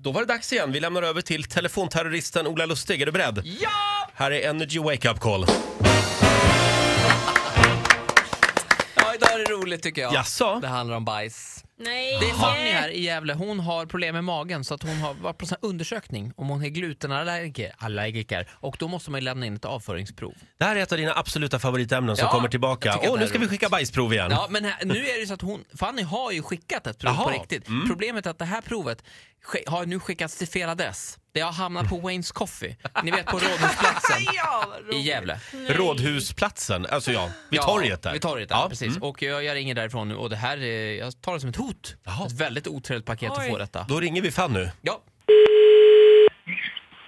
Då var det dags igen. Vi lämnar över till telefonterroristen Ola Lustig. Är du beredd? Ja! Här är Energy Wake Up Call. Ja, idag är det roligt tycker jag. Jaså? Det handlar om bajs. Nej. Det är Fanny här i Gävle. Hon har problem med magen så att hon har varit på en sån här undersökning om hon är glutenallergiker allergiker. och då måste man ju lämna in ett avföringsprov. Det här är ett av dina absoluta favoritämnen som Ja, kommer tillbaka. jag tycker att Åh, det nu här ska är vi roligt. skicka bajsprov igen. Ja, men här, nu är det ju så att hon, Fanny har ju skickat ett prov på Jaha, Mm. riktigt. Problemet är att det här provet sk- har nu skickats till fel adress. Det har hamnat på Wayne's Coffee, ni vet på Rådhusplatsen Ja, vad i roligt. Gävle. Rådhusplatsen, alltså ja, vid Ja, torget där. Mm. Vid torget där, precis. Och jag, jag ringer därifrån nu och det här, eh, jag tar det som ett hot. Jaha. Ett väldigt otrevligt paket att Oj. få detta. Då ringer vi Fanny. Ja,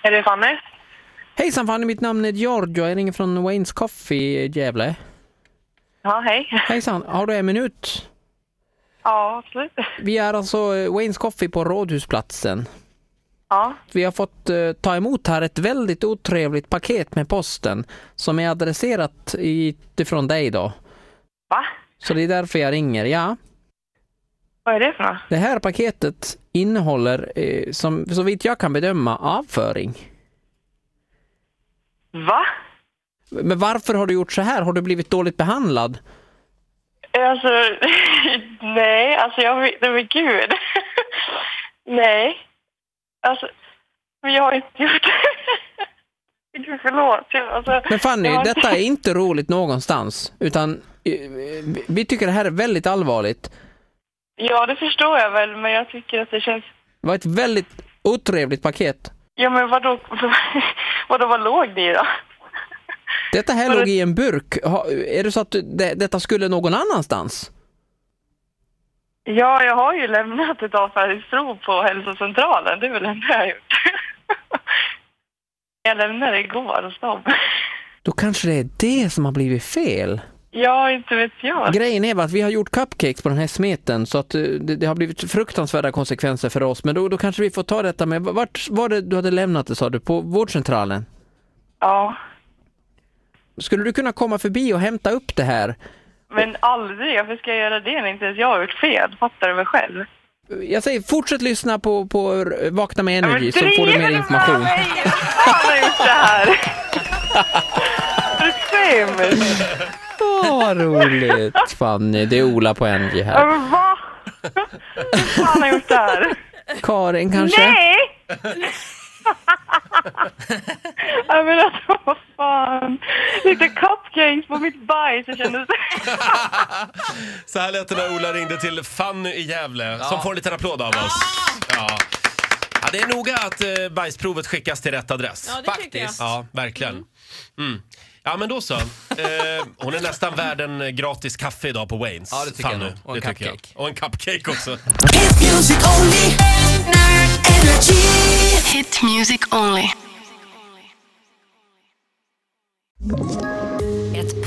Är det Fanny? Hejsan Fanny, mitt namn är Giorgio. Jag ringer från Waynes Coffee i Gävle. Ja, hej. Hejsan, har du en minut? Ja, absolut. Vi är alltså eh, Waynes Coffee på Rådhusplatsen. Ja, Vi har fått eh, ta emot här ett väldigt otrevligt paket med posten som är adresserat utifrån dig då. va? Så det är därför jag ringer. Ja, Vad är det för något? det här paketet innehåller, eh, som, så vitt jag kan bedöma, avföring. Va? Men varför har du gjort så här? Har du blivit dåligt behandlad? Alltså, nej, alltså jag vet men gud. Nej. Alltså, men jag har inte gjort det. Gud, förlåt. Jag- Alltså, Men Fanny, jag har inte- detta är inte roligt någonstans. Utan eh, vi- vi tycker det här är väldigt allvarligt. Ja, det förstår jag väl, men jag tycker att det känns... Det var ett väldigt otrevligt paket. Ja, men vadå, vadå vad låg det i då? Detta här Var låg det- i en burk. Ha- Är det så att du- det, detta skulle någon annanstans? Ja, jag har ju lämnat ett avfallsprov på hälsocentralen. Det är väl det enda jag har gjort. jag lämnade igår hos dem. Då kanske det är det som har blivit fel. Ja, inte vet jag. Grejen är bara att vi har gjort cupcakes på den här smeten så att eh, det, det har blivit fruktansvärda konsekvenser för oss. Men då, då kanske vi får ta detta med, vart var det du hade lämnat det sa du? På vårdcentralen? Ja, Skulle du kunna komma förbi och hämta upp det här? men aldrig. Varför ska jag göra det när inte ens jag har gjort fel? Fattar du mig själv? Jag säger fortsätt lyssna på, på Vakna med Ja, men Energy så får du driver mer med information. mig? Fan, har jag gjort det här? Är du skämt? Åh, vad roligt Fanny. Det är Ola på Energy Ja, här. men Äh, va? Hur fan har jag gjort det här? Karin kanske? Nej! Jag menar alltså, vad fan. Lite cupcakes på mitt bajs. Jag kände Så här lät det när Ola ringde till Fanny i Gävle som får en liten applåd av oss. Ah! Ja. Ja, det är noga att eh, bajsprovet skickas till rätt adress. Ja, det tycker jag. Faktiskt. Ja, verkligen. Mm. Ja, men då så. Eh, hon är nästan värd en eh, gratis kaffe idag på Waynes. Ja, det tycker jag nog. Och en Det tycker jag. cupcake. Och en cupcake också. Hit music only. Energy. Hit music only. Ett